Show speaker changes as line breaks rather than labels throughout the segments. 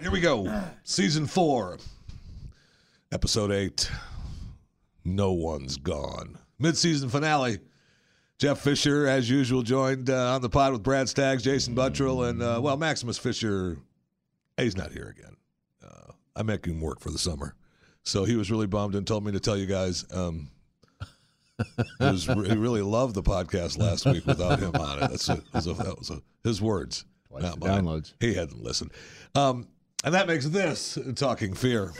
here we go. Season four, episode eight. No one's gone. Mid-season finale. Jeff Fisher, as usual, joined uh, on the pod with Brad Staggs, Jason Buttrell, and uh, well, Maximus Fisher. He's not here again. Uh, I make him work for the summer, so he was really bummed and told me to tell you guys. Um, it was, he really loved the podcast last week without him on it. That's a, that was a, that was a, his words,
Twice
not
the
mine.
downloads.
He hadn't listened. Um, and that makes this Talking Fear.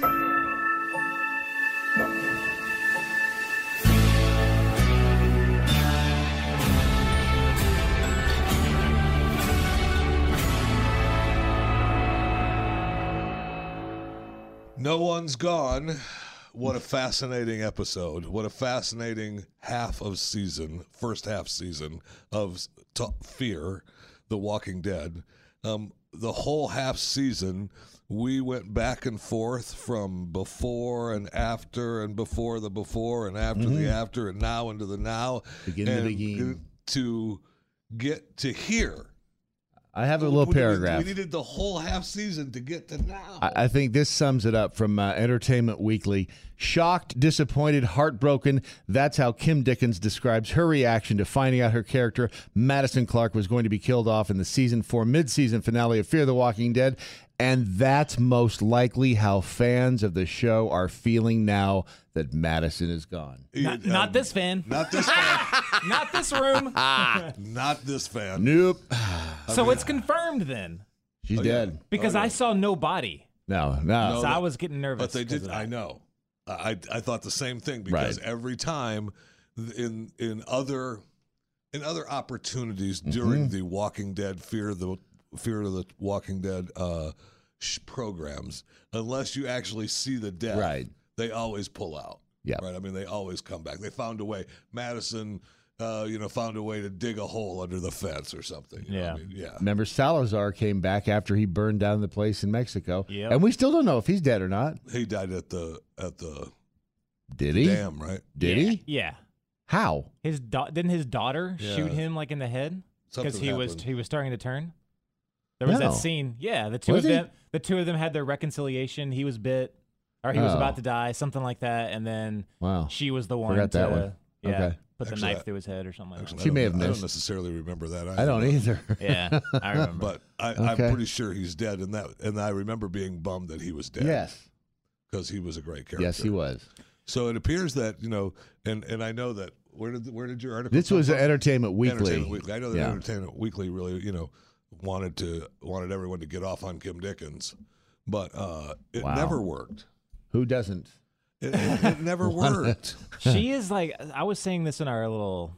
No one's gone. What a fascinating episode. What a fascinating half of season, first half season of to- Fear, The Walking Dead. Um, the whole half season, we went back and forth from before and after, and before the before and after the after, and now into the now.
Mm-hmm. Beginning to
and
begin.
To get to here.
I have a little
We needed-
paragraph.
We needed the whole half season to get to now.
I I think this sums it up from uh, Entertainment Weekly. Shocked, disappointed, heartbroken. That's how Kim Dickens describes her reaction to finding out her character, Madison Clark, was going to be killed off in the season four mid-season finale of Fear the Walking Dead. And that's most likely how fans of the show are feeling now that Madison is gone.
Not, not this fan.
um, Not this fan.
Not this room.
Not this fan.
Nope.
so it's confirmed then,
She's
Oh, yeah.
dead.
because I saw no body,
No, Oh, no.
so I was getting nervous.
But they
'cause
did.
of
I
that.
know. I I thought the same thing because every time th- in in other in other opportunities
Mm-hmm.
during the Walking Dead Fear the Fear of the Walking Dead uh, sh- programs, unless you actually see the death,
Right.
They always pull out.
Yeah.
Right. I mean, they always come back. They found a way. Madison. Uh, you know, found a way to dig a hole under the fence or something. you know what I
Yeah.
mean? yeah.
Remember, Salazar came back after he burned down the place in Mexico.
Yep.
And we still don't know if he's dead or not.
He died at the at the
Did he?
dam, right?
Did
yeah,
he?
Yeah.
How?
His da- didn't his daughter shoot
Yeah.
him like in the head because
Something
he was
happened.
he was starting to turn. There was
No.
that scene. Yeah, the two
Was
of
he?
them. The two of them had their reconciliation. He was bit, or he was
Oh.
about to die, something like that. And then
Wow.
she was the one
Forgot
to
that one.
yeah
Okay.
put the
Actually, I-
knife through his head or something like
Actually,
that.
I
She
don't-
may have
I don't
missed.
necessarily remember that.
I don't either.
Yeah, I remember.
But I,
Okay.
I'm pretty sure he's dead, and that and I remember being bummed that he was dead.
Yes.
because he was a great character.
Yes, he was.
So it appears that you know, and and I know that where did where did your article?
This
come
was
from?
Entertainment Weekly.
Entertainment Weekly. I know that
Yeah.
Entertainment Weekly really you know wanted to wanted everyone to get off on Kim Dickens, but uh, it
Wow.
never worked.
Who doesn't?
It, it, it never worked.
she is like I was saying this in our little,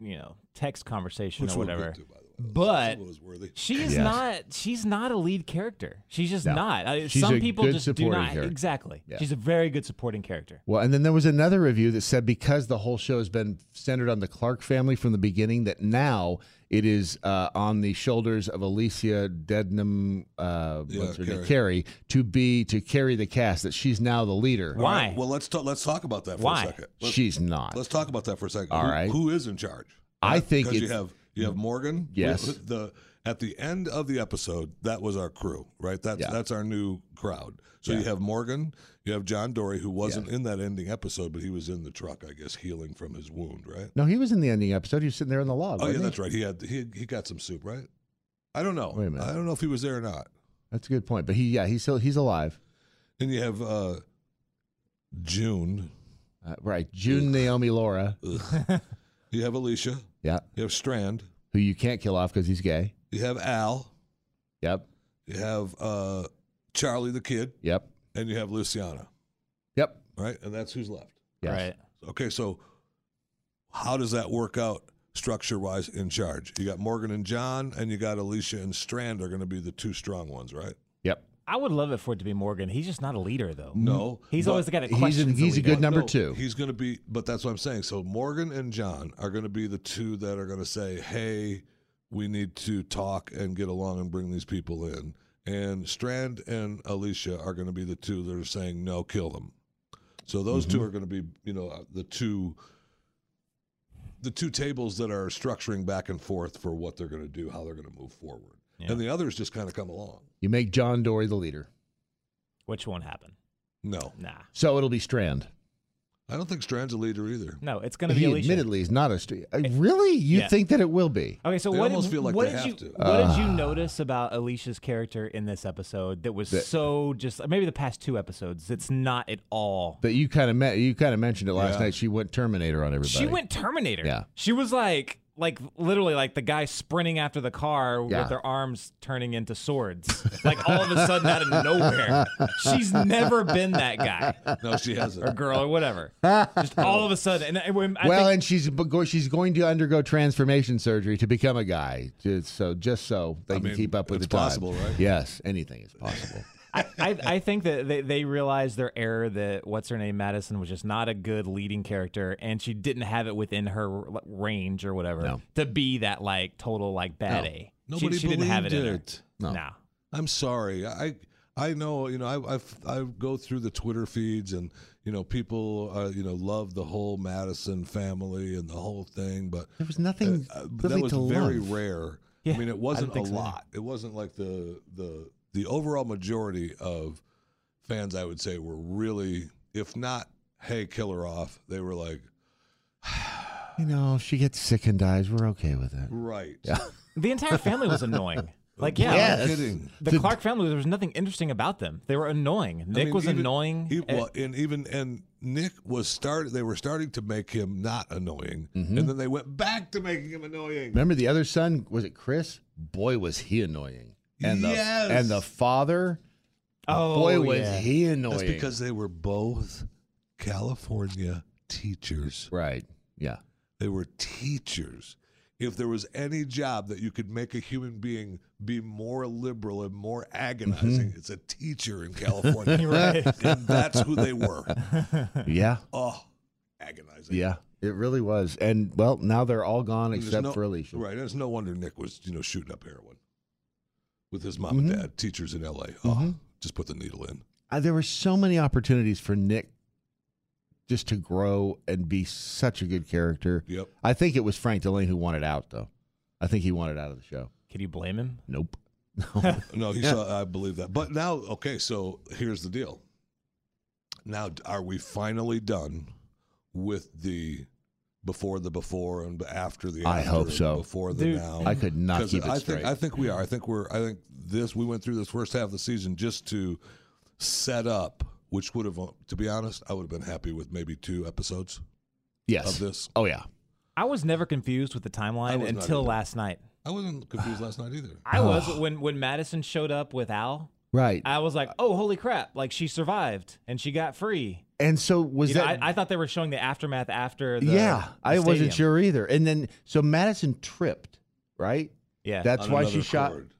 you know, text conversation or
we'll get
whatever.
to, by the way.
But
It was worthy.
she is
Yes.
not. She's not a lead character. She's just
No.
not. I-
She's
some
a
people
good
just do
supporting
not.
character.
Exactly.
Yeah.
She's a very good supporting character.
Well, and then there was another review that said because the whole show has been centered on the Clark family from the beginning, that now it is uh, on the shoulders of Alicia Deadnam, uh,
Yeah,
what's her name,
Carey.
Carrie, to be to carry the cast. That she's now the leader.
Why?
Well, let's talk. Let's talk about that for
Why?
a second. Let's,
She's not.
let's talk about that for a second.
All
Who-
right.
who is in charge? Uh,
I think
because you
it's-
have you have Morgan.
Yes.
We- The at the end of the episode, that was our crew, right? That's
Yeah.
that's our new crowd. So you have Morgan, you have John Dory, who wasn't in that ending episode, but he was in the truck, I guess, healing from his wound, right?
No, he was in the ending episode. He was sitting there in the log.
Oh yeah,
wasn't he?
that's right. He had he he got some soup, right? I don't know.
Wait a minute.
I don't know if he was there or not.
That's a good point. But he, yeah, he's still he's alive.
Then you have uh, June.
Uh, right, June Naomi Laura.
You have Alicia.
Yeah,
You have Strand.
who you can't kill off because he's gay.
You have Al.
Yep,
You have uh, Charlie the Kid,
yep,
and you have Luciana,
yep.
right? And that's who's left.
Yes.
Right.
Okay, so how does that work out structure wise in charge? You got Morgan and John, and you got Alicia and Strand are going to be the two strong ones, right?
Yep.
I would love it for it to be Morgan. He's just not a leader though.
No,
Mm-hmm. He's
but-
always the guy that
He's a-
questions. the
he's a
leader.
good number two.
He's going to be, but that's what I'm saying. So Morgan and John are going to be the two that are going to say, "Hey, we need to talk and get along and bring these people in." And Strand and Alicia are going to be the two that are saying, "No, kill them." So those
Mm-hmm.
two are going to be, you know, uh, the two the two tables that are structuring back and forth for what they're going to do, how they're going to move forward.
Yeah.
and the others just kind of come along.
You make John Dory the leader.
Which won't happen.
No,
Nah.
So it'll be Strand.
I don't think Strand's a leader either.
No, it's going to be
He
Alicia.
admittedly is not a Strand. Really? You
Yeah.
think that it will be?
Okay, so
They
what
almost
did,
feel like
what
they
did
have
you
to.
what did you notice about Alicia's character in this episode that was
That-
so just maybe the past two episodes that's not at all.
That you kind of met. You kind of mentioned it last
Yeah.
night. She went Terminator on everybody.
She went Terminator.
Yeah.
She was like like literally like the guy sprinting after the car
Yeah.
with their arms turning into swords. like all of a sudden out of nowhere. She's never been that guy
No, she hasn't.
or girl or whatever. Just all of a sudden and I, when, I
well,
think,
and she's but go- she's going to undergo transformation surgery to become a guy. Just so just so they
I
can
mean,
keep up with
it's
the time.
possible, right?
Yes, anything is possible.
I, I, I think that they, they realized their error that what's her name Madison was just not a good leading character and she didn't have it within her r- range or whatever
No.
to be that like total like bad
No.
A.
Nobody
she, she didn't have it,
believed
in her.
it.
No.
Nah.
I'm sorry. I I know you know I I, I go through the Twitter feeds and you know people uh, you know love the whole Madison family and the whole thing, but
There was nothing
uh, that
really
was
to
very
love.
rare.
Yeah,
I mean,
I
it wasn't
don't
a
think so either.
lot. It wasn't like the the the overall majority of fans. I would say were really, if not, hey, kill her off. They were like,
You know, if she gets sick and dies, we're okay with it.
right,
The entire family was annoying. Like yeah,
Yes.
like,
kidding.
the,
The-
Clark family there was nothing interesting about them. They were annoying.
I
Nick
mean,
was
even-
annoying.
He,
Eh,
well, and even and Nick was started. They were starting to make him not annoying,
Mm-hmm.
and then they went back to making him annoying.
Remember the other son? Was it Chris? Boy, was he annoying. And the
Yes.
and the father.
oh
boy, was
yeah.
he annoying.
That's because they were both California teachers.
right. Yeah.
They were teachers. If there was any job that you could make a human being be more liberal and more agonizing, it's a teacher in California.
Mm-hmm. Right.
and that's who they were.
Yeah.
Oh, agonizing.
Yeah. It really was. And well, now they're all gone
And there's
except
no-
for Alicia.
Right. And it's no wonder Nick was, you know, shooting up heroin with his mom
Mm-hmm.
and dad, teachers in LA. Oh, just put the needle in.
Uh, there were so many opportunities for Nick just to grow and be such a good character.
Yep.
I think it was Frank Delane who wanted out, though. I think he wanted out of the show.
Could you blame him?
Nope.
No, he saw. I believe that. But now, okay. So here's the deal. Now, d- are we finally done with the before the before and b- after the?
I
after
hope
and
so.
Before the
Dude,
now,
I could not
'Cause
keep it
I
straight.
think I think we are. I think we're. I think this. We went through this first half of the season just to set up, which would have, to be honest, I would have been happy with maybe two episodes of
yes.
this.
oh, yeah.
I was never confused with the
I
timeline
was not
until
either.
last night.
I wasn't confused last night either.
I was when when Madison showed up with Al.
Right.
I was like, oh, holy crap! Like she survived and she got free.
and so was
You know,
that.
I, I thought they were showing the aftermath after. The,
yeah.
the
I wasn't
stadium.
sure either. And then, so Madison tripped, right?
Yeah,
That's
On
why she
another
shot.
chord.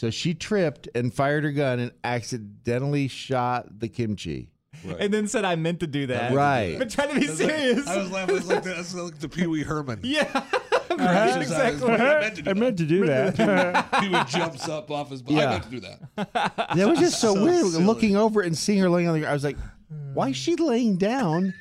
So she tripped and fired her gun and accidentally shot the kimchi.
Right.
and then said I meant to do that.
Right.
but trying to be
I was like-
serious.
I was laughing. I was like, that's like the Pee Wee Herman.
yeah,
Right,
right, exactly.
I meant to do that.
to do that.
He would jumps up off his body.
Yeah.
I meant to do that.
That was just so,
So
weird.
silly.
Looking over and seeing her laying on the ground, I was like, "Why is she laying down?"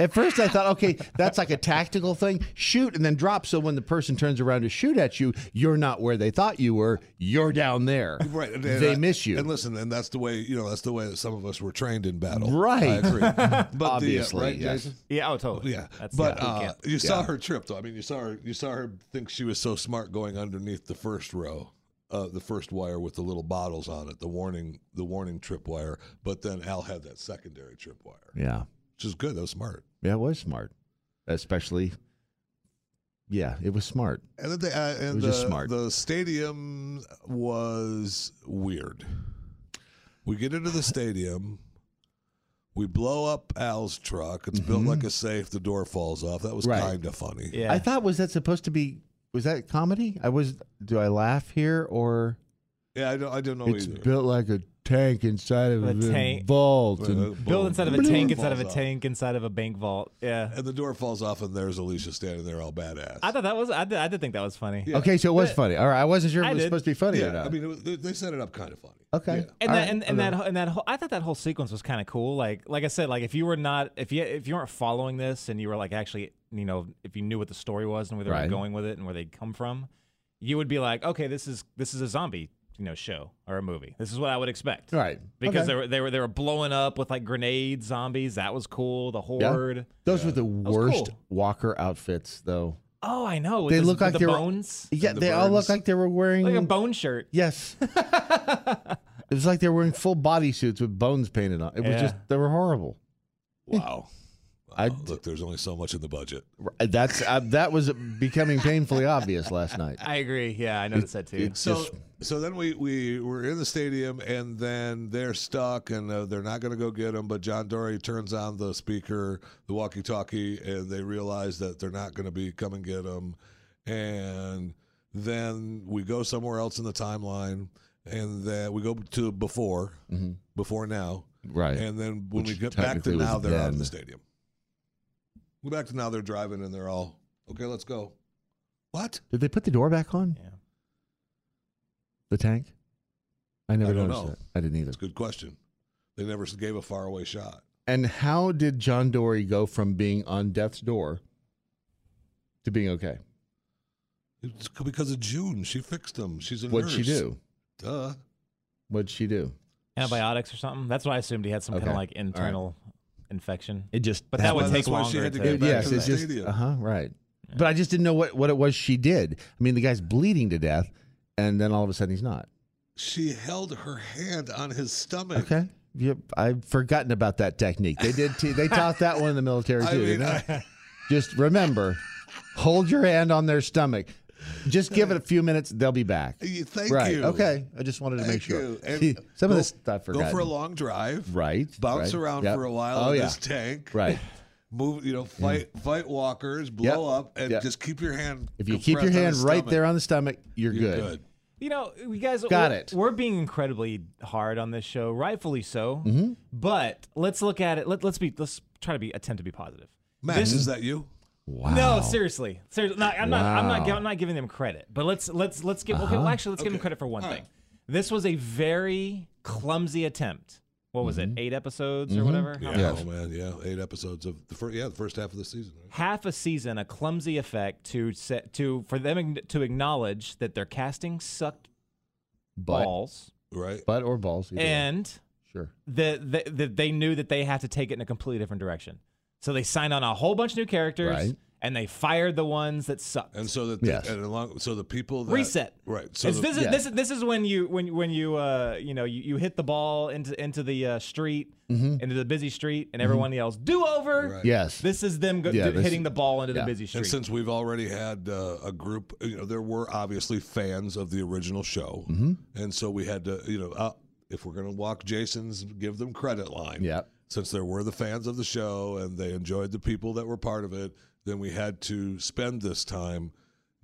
At first, I thought, "Okay, that's like a tactical thing: shoot and then drop." So when the person turns around to shoot at you, you're not where they thought you were. You're down there.
Right. And, and
They
I-
miss you.
And listen, and that's the way you know that's the way that some of us were trained in battle.
Right.
I agree. But
Obviously,
the, uh, right,
yes.
Jason?
Yeah, oh totally.
Yeah.
That's
but
yeah, boot
uh,
camp.
you saw her trip though. I mean, you saw her. You saw her think she was so smart going underneath the first row. Uh, the first wire with the little bottles on it, the warning, the warning trip wire. But then Al had that secondary trip wire,
yeah,
which is good. That was smart.
yeah, it was smart, especially. Yeah, it was smart.
And then they, uh, and
was
the,
just smart.
the stadium was weird. We get into the stadium. We blow up Al's truck. It's built like a safe. The door falls off. That was
Right.
kind of funny.
yeah.
I thought was that supposed to be was that comedy? I was. Do I laugh here or?
Yeah, I don't, I don't know
it's
either.
built like a tank inside of
A
a
tank.
vault.
Uh,
And,
boom.
Built inside of a
The door
tank, inside of
falls
a
off.
tank, inside of a bank vault. Yeah,
And the door falls off, and there's Alicia standing there all badass.
I thought that was. I did, I did think that was funny.
Yeah.
Okay, so it was funny. All right, I wasn't sure if
I
it was
did.
supposed to be funny or
yeah,
not.
I mean, it was, they- they set it up kind of funny.
okay,
Yeah.
And
All
that,
right,
and, and
okay.
that whole- and that whole I thought that whole sequence was kind of cool. Like like I said, like if you were not if you if you weren't following this and you were like actually you know if you knew what the story was and where they
Right.
were going with it and where they'd come from, you would be like, okay, this is this is a zombie you know show or a movie. This is what I would expect.
Right. Okay.
Because they were they were they were blowing up with like grenades, zombies. That was cool. The
Yeah.
horde.
Those were the
was
worst
cool.
Walker outfits, though.
Oh, I know. With
They
this-
look
with
like
the
they were-
bones.
Yeah,
the
they all look
birds.
like they were wearing.
Like a bone shirt.
yes. it was like they were wearing full body suits with bones painted on. It was
Yeah.
just they were horrible.
Wow.
I-
Wow, look, there's only so much in the budget.
That's uh, that was becoming painfully obvious last night.
I agree. Yeah, I noticed that too.
So,
Just-
so then we, we were in the stadium, and then they're stuck, and uh, they're not going to go get them. But John Dory turns on the speaker, the walkie-talkie, and they realize that they're not going to be come and get them. And then we go somewhere else in the timeline, and then we go to before, before now,
Mm-hmm. Right.
and then when we
Which
get back to
technically was
now, they're out of
then.
the stadium. We're back to now, they're driving, and they're all okay. Let's go. What?
Did they put the door back on
Yeah.
the tank? I never
I don't
noticed
know.
that. I didn't either.
That's a good question. They never s- gave a faraway shot.
And how did John Dory go from being on death's door to being okay?
It's c- because of June. She fixed them. She's a
What'd
nurse.
she do?
Duh.
What'd she do?
Antibiotics or something. That's what I assumed he had some kind
Okay.
of like internal infection.
It just
But that would
why-
take
that's why she
longer.
had to
to
get back
yes,
to
it
the
just
stadium.
uh huh right. But I just didn't know what what it was she did. I mean, the guy's bleeding to death, and then all of a sudden he's not.
She held her hand on his stomach.
Okay. Yep, I've forgotten about that technique. They did. T- they taught that one in the military too.
I mean,
didn't they?
I,
Just remember, hold your hand on their stomach. Just give it a few minutes. They'll be back.
you- thank
right.
you.
Okay. I just wanted to
Thank
make sure.
you. And
See, Some
go-
of this stuff
Go
forgot.
for a long drive.
right.
Bounce
right,
around
yep.
for a while
Oh
in
yeah.
this tank.
Right.
Move, you know, fight fight walkers, blow up, and
Yep.
just keep your hand.
If you keep your
compressed on
hand
his
right
stomach,
there on the stomach, you're,
you're
good.
good.
You know, you guys
Got
we're,
it.
We're being incredibly hard on this show, rightfully so.
Mm-hmm.
But let's look at it. Let, let's be. Let's try to be attempt to be positive.
Max, is that you?
Wow.
No, seriously, seriously. No, I'm not. I'm not. gi-
Wow. Uh-huh.
I'm not giving them credit. But let's let's let's give. Okay, well, actually, let's give them credit for one thing. This was a very clumsy attempt. What was
Mm-hmm.
it? Eight episodes or whatever. How
Yeah. Oh man, yeah. Eight episodes of the first. Yeah, the first half of the season. Right?
half a season a clumsy effect to set to for them ign- to acknowledge that their casting sucked
Butt,
balls
Right.
butt or balls. either way.
and
sure.
that that that they knew that they had to take it in a completely different direction. So they signed on a whole bunch of new characters
Right.
and they fired the ones that sucked.
And so that
Yes.
and along so the people that,
Reset.
right. So
It's-
the,
this is
yeah.
this is this is when you when when you uh you know you, you hit the ball into into the uh, street
Mm-hmm.
into the busy street and everyone yells do over.
Right.
Yes.
This is them go,
Mm-hmm. Yeah,
d-
this-
hitting the ball into
yeah.
the busy street.
and since we've already had uh, a group, you know, there were obviously fans of the original show, and so we had to, you know, uh, if we're going to walk Jason's, give them credit line.
Yep.
Since there were the fans of the show and they enjoyed the people that were part of it, then we had to spend this time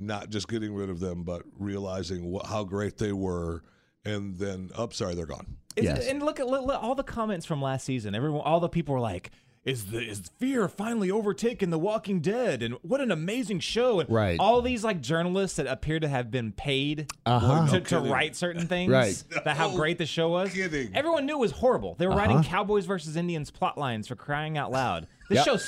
not just getting rid of them, but realizing wh- how great they were, and then, up, sorry, they're gone.
It's-
Yes.
And look at look, look, all the comments from last season. Everyone, all the people were like, "Is the is fear finally overtaken The Walking Dead?" And what an amazing show! And
Right.
All these like journalists that appear to have been paid
Uh-huh.
No
to, to
kidding.
write certain things.
Right.
That how
No
great the show was.
kidding.
Everyone knew it was horrible. They were writing Cowboys versus Indians plot lines for crying out loud. This
Uh-huh. Yep.
show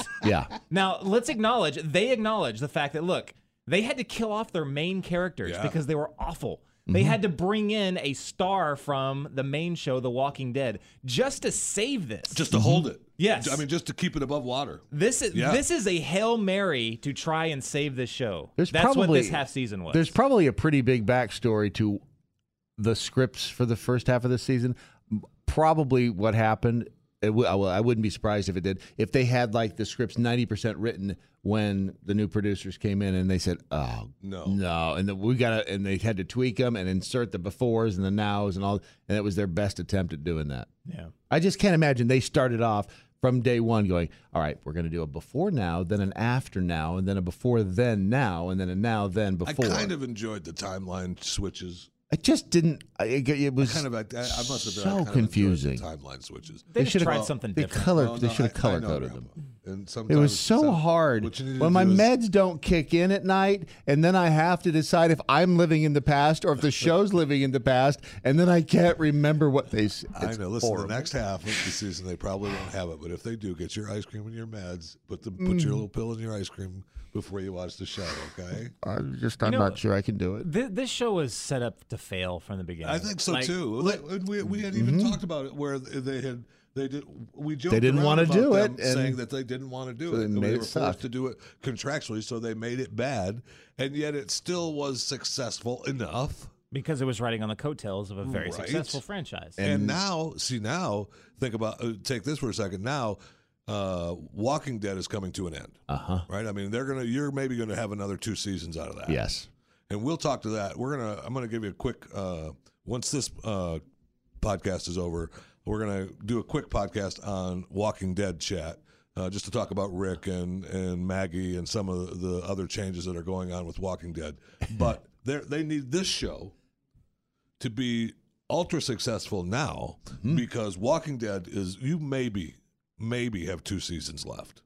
sucked.
Yeah.
Now, let's acknowledge, they acknowledge the fact that, look, they had to kill off their main characters
Yeah. Mm-hmm.
because they were awful. They had to bring in a star from the main show, The Walking Dead, just to save this.
Just to hold it.
Yes.
I mean, just to keep it above water.
this is
Yeah.
this is a hail mary to try and save this show.
There's
That's what
probably-
this half season was.
There's probably a pretty big backstory to the scripts for the first half of the season. Probably what happened. It w- I, w- I wouldn't be surprised if it did. If they had like the scripts ninety percent written when the new producers came in and they said, "Oh
No.
no," and the, we got to and they had to tweak them and insert the befores and the nows and all, and it was their best attempt at doing that.
yeah.
I just can't imagine they started off from day one going, all right, we're going to do a before now, then an after now, and then a before then now, and then a now then
I
before.
kind of enjoyed the timeline switches.
I just didn't. I, it was
Kind of, I, I must have been I kind
so
of enjoyed the
confusing.
timeline switches.
They, should
should've-
have tried
well,
something
they
different.
color.
Well,
they
no,
should have
I- I
color
know,
coded
Rambo.
them.
And
It
sometimes
was so
some-
hard.
what you need to
When my
do is-
meds don't kick in at night, and then I have to decide if I'm living in the past or if the show's living in the past, and then I can't remember what they said.
I know. Listen, the next half of the season they probably won't have it, but if they do, get your ice cream and your meds. Put the put
Mm.
your little pill in your ice cream before you watch the show. Okay.
I'm just, I'm
know-
not sure I can do it.
Thi- This, show was set up to fail from the beginning.
I think so
Like,
too. Like, we we had even talked about it where they had they did we joked
Mm-hmm. didn't
around
wanna
about
do
them
it, and-
saying that they didn't want to do
they
it. and
made
they
it
were
suck.
forced to do it contractually, so they made it bad, and yet it still was successful enough.
Because it was riding on the coattails of a very
Right.
successful franchise.
And, now, see now, think about uh, take this for a second. Now, uh, Walking Dead is coming to an end. Uh huh.
Uh-huh.
Right. I mean, they're gonna. You're maybe gonna have another two seasons out of that.
Yes.
And we'll talk to that. We're gonna. I'm gonna give you a quick. Uh, once this uh, podcast is over, we're gonna do a quick podcast on Walking Dead chat. Uh, just to talk about Rick and, and Maggie and some of the other changes that are going on with Walking Dead, but they they need this show to be ultra successful now because Walking Dead is you maybe maybe have two seasons left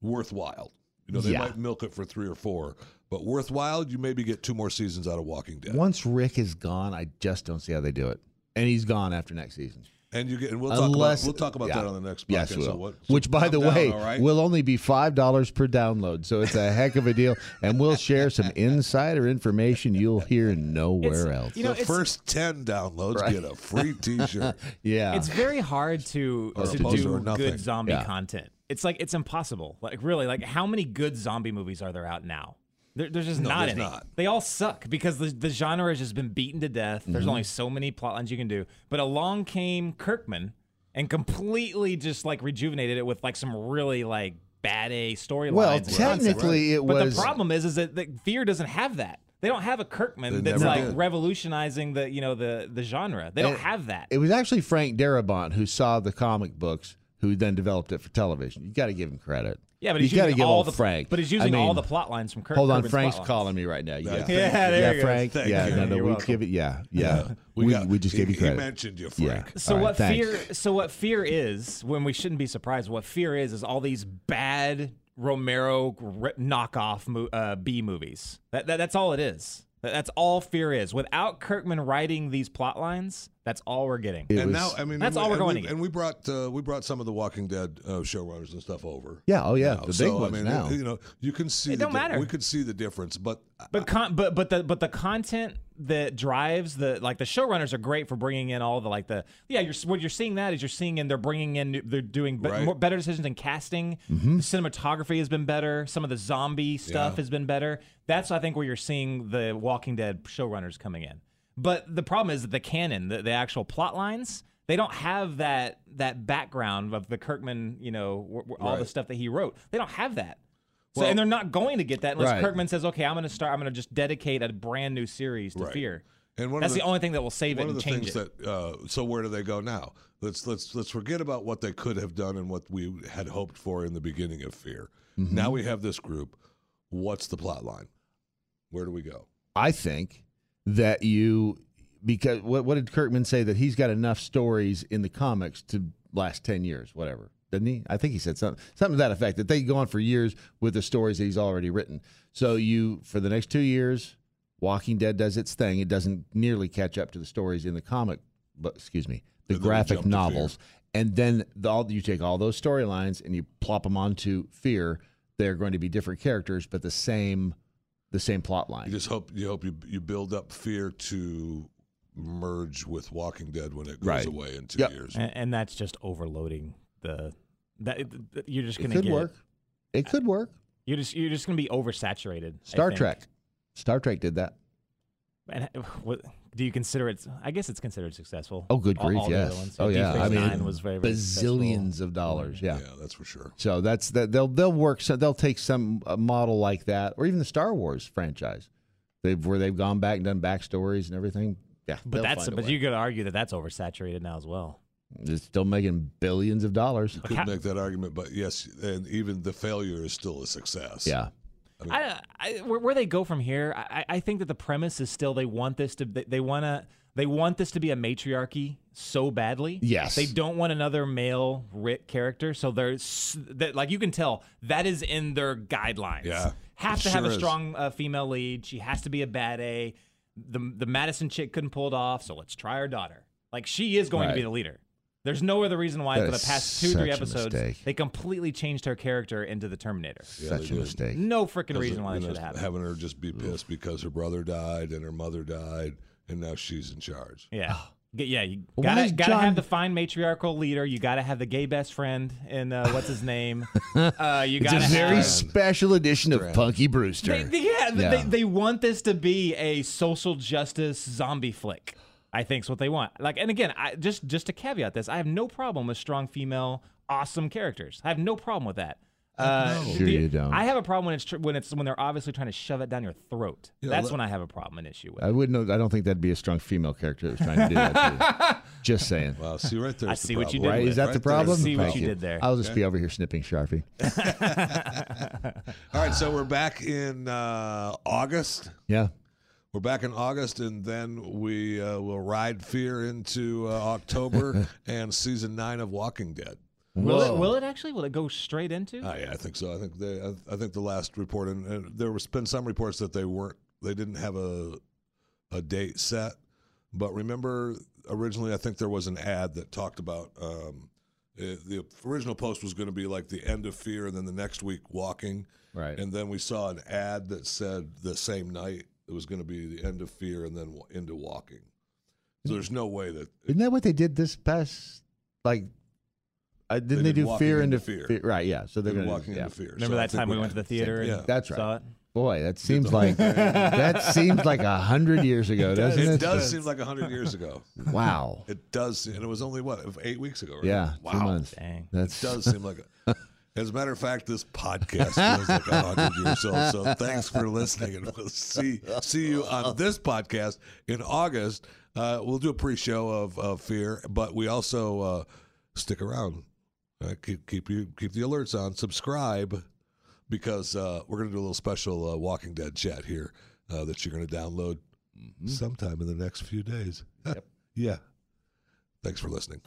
worthwhile. You know they
Yeah.
might milk it for three or four, but worthwhile you maybe get two more seasons out of Walking Dead,
Once Rick is gone, I just don't see how they do it. And he's gone after next season.
and you get and we'll talk
Unless-
about we'll talk about
yeah.
that on the next podcast.
Yes,
So
will.
what- so
Which, by
calm
the
down,
way,
all right?
will only be five dollars per download. So it's a heck of a deal, and we'll share some insider information you'll hear nowhere
It's-
else.
you know,
the
it's-
first ten downloads get a free T-shirt.
yeah,
It's very hard to,
Or
to
a poster or
do
nothing.
good zombie
Yeah.
content. It's like it's impossible. Like really, like how many good zombie movies are there out now? There, there's just not
there's
any.
not.
They all suck because the, the genre has just been beaten to death. There's only so many plot lines you can do. But along came Kirkman and completely just like rejuvenated it with like some really like bad A storylines.
well,
and concepts.
technically it
But
was.
the problem is, is that, that Fear doesn't have that. They don't have a Kirkman
They
that's
never
like
did.
revolutionizing the you know the the genre. They don't
And
have that.
It was actually Frank Darabont who saw the comic books, who then developed it for television. You got to give him credit.
yeah, but
you
he's
gotta
using
give
all
old
the
Frank.
But he's
I
using all
mean,
the plot lines from Kirk.
Hold on,
Kirkman's
Frank's
plot lines.
calling me right now. Yeah,
thank Yeah,
you. there
yeah,
you go.
Frank.
Thank
yeah,
you.
no, no,
You're
we
welcome.
give it. Yeah, yeah.
We
we,
got-
we just
he-
gave you
He
credit.
mentioned you,
Yeah.
Frank.
So
All right,
what
thanks.
fear? So what fear is? When we shouldn't be surprised. What fear is is all these bad Romero gr- knockoff mo- uh, B movies. That, that that's all it is. That- That's all fear is. Without Kirkman writing these plot lines, that's all we're getting.
It
and
was-
now I mean
That's
we-
all we're
and
going
we-
to get.
And we brought uh, we brought some of the Walking Dead uh, showrunners and stuff over.
Yeah, oh yeah,
now.
the big
So,
ones
I mean,
now.
You know, you can see.
It
the
don't
di-
matter.
We could see the difference, but
But con- but but the but the content that drives the like the showrunners are great for bringing in all the like the yeah you're what you're seeing that is you're seeing in they're bringing in they're doing be-
Right. Mm-hmm.
more, better decisions in casting the cinematography has been better some of the zombie stuff has been better that's I think where you're seeing the Walking Dead showrunners coming in but the problem is that the canon the, the actual plot lines they don't have that that background of the Kirkman you know w- w- all the
Right.
stuff that he wrote they don't have that. So,
Well-
and they're not going to get that unless
Right.
Kirkman Kirkman says, "Okay, I'm going to start. I'm going to just dedicate a brand new series to
Right.
Fear."
and one
That's
of
the, only thing that will save it
one
and
of the
change
things
it.
that. Uh, so where do they go now? Let's let's let's forget about what they could have done and what we had hoped for in the beginning of Fear.
Mm-hmm.
Now we have this group. What's the plot line? Where do we go?
I think that you because what what did Kirkman say that he's got enough stories in the comics to last ten years, whatever. Didn't he? I think he said something something to that effect that they go on for years with the stories that he's already written. So you for the next two years, Walking Dead does its thing. It doesn't nearly catch up to the stories in the comic, but excuse me, the
And then we
graphic
jump to Fear.
novels, and then the, all you take all those storylines and you plop them onto Fear. They're going to be different characters, but the same the same plot line.
You just hope you hope you you build up Fear to merge with Walking Dead when it goes
Right.
away in two
Yep.
years.
and, and that's just overloading the that it- th- you're just
It
going to
could
get.
work. It could work.
You're just you're just going to be oversaturated. I
Star
think.
Trek. Star Trek did that.
And uh, what, do you consider it? I guess it's considered successful.
Oh, good
All-
grief!
all the other
yes.
ones.
Oh, yeah.
Deep
I
Space
mean,
Nine was very, very
bazillions
successful.
of dollars. Yeah.
yeah, that's for sure.
So that's that. They'll they'll work. So they'll take some a model like that, or even the Star Wars franchise, they've where they've gone back and done backstories and everything. Yeah,
But that's but you could argue that that's oversaturated now as well.
They're still making billions of dollars.
Could
How-
make that argument, but yes, and even the failure is still a success.
Yeah.
I, I, where, where they go from here, I, I think that the premise is still they want this to they, they want to they want this to be a matriarchy so badly.
Yes.
they don't want another male Rick character, so there's that like you can tell that is in their guidelines.
Yeah,
have
it
to have
sure is.
a strong uh, female lead. She has to be a bad A. The the Madison chick couldn't pull it off, so let's try her daughter. Like she is going to be
Right.
the leader. There's no other reason why
That
for the
is
past two
such
three
a
episodes
mistake.
they completely changed her character into the Terminator.
Such a mistake.
No freaking
Because
reason why
it-
that
you
should
know,
happen.
Having her just
Mm.
be pissed because her brother died and her mother died, and now she's in charge.
Yeah. G- Yeah, you
Why
gotta,
Oh. is
gotta
John-
have the fine matriarchal leader. You gotta have the gay best friend, and uh, what's his name? Uh, you
It's a
gotta
very
have.
special edition of Punky Brewster.
They, they- yeah, they-
Yeah.
They, they want this to be a social justice zombie flick. I think's what they want. Like, and again, I just just to caveat this, I have no problem with strong female, awesome characters. I have no problem with that. Uh,
Sure you don't.
I have a problem when it's tr- when it's when they're obviously trying to shove it down your throat. That's
let-
when I have a problem, an issue with.
I wouldn't. know- I don't think that'd be a strong female character that was trying to do that. to you. Just saying.
Wow, see right there.
I see what you did
Right?
with
Is that the
there.
problem?
See what
Thank
you did there.
I'll just be over here snipping Sharpie.
All right, so we're back in uh, August.
Yeah.
We're back in August, and then we uh, will ride fear into uh, October and season nine of Walking Dead.
Will it,
Whoa.
will it actually? Will it go straight into?
Oh, yeah, I think so. I think they. I, I think the last report, and, and there was been some reports that they weren't. They didn't have a a date set. But remember, originally, I think there was an ad that talked about um, eh, the original post was going to be like the end of fear, and then the next week walking.
Right.
And then we saw an ad that said the same night it was going to be the end of fear, and then wa- into walking. So there's no way that
Isn't that what they did this past? Like, uh, didn't
They
they,
did
do
Walking
Fear
into
into
Fear.
Fear? Right. Yeah. So they're
they're
gonna do-
walking
yeah.
into fear.
Remember
So I
that
think
time we went to the theater
Yeah.
and
That's right.
saw it?
Boy, that seems like that seems like a hundred years ago, doesn't it?
It does seem like hundred years ago.
Wow.
It does, seem- and it was only what eight weeks ago. Right?
Yeah. Two
wow.
months.
Dang.
That's
does seem like. A, as a matter of fact, this podcast feels like hundred years old. So thanks for listening, and we'll see see you on this podcast in August. Uh, we'll do a pre-show of, of Fear, but we also uh, stick around. Uh, keep keep you keep the alerts on. Subscribe because uh, we're going to do a little special uh, Walking Dead chat here uh, that you're going to download sometime in the next few days. yeah. Thanks for listening.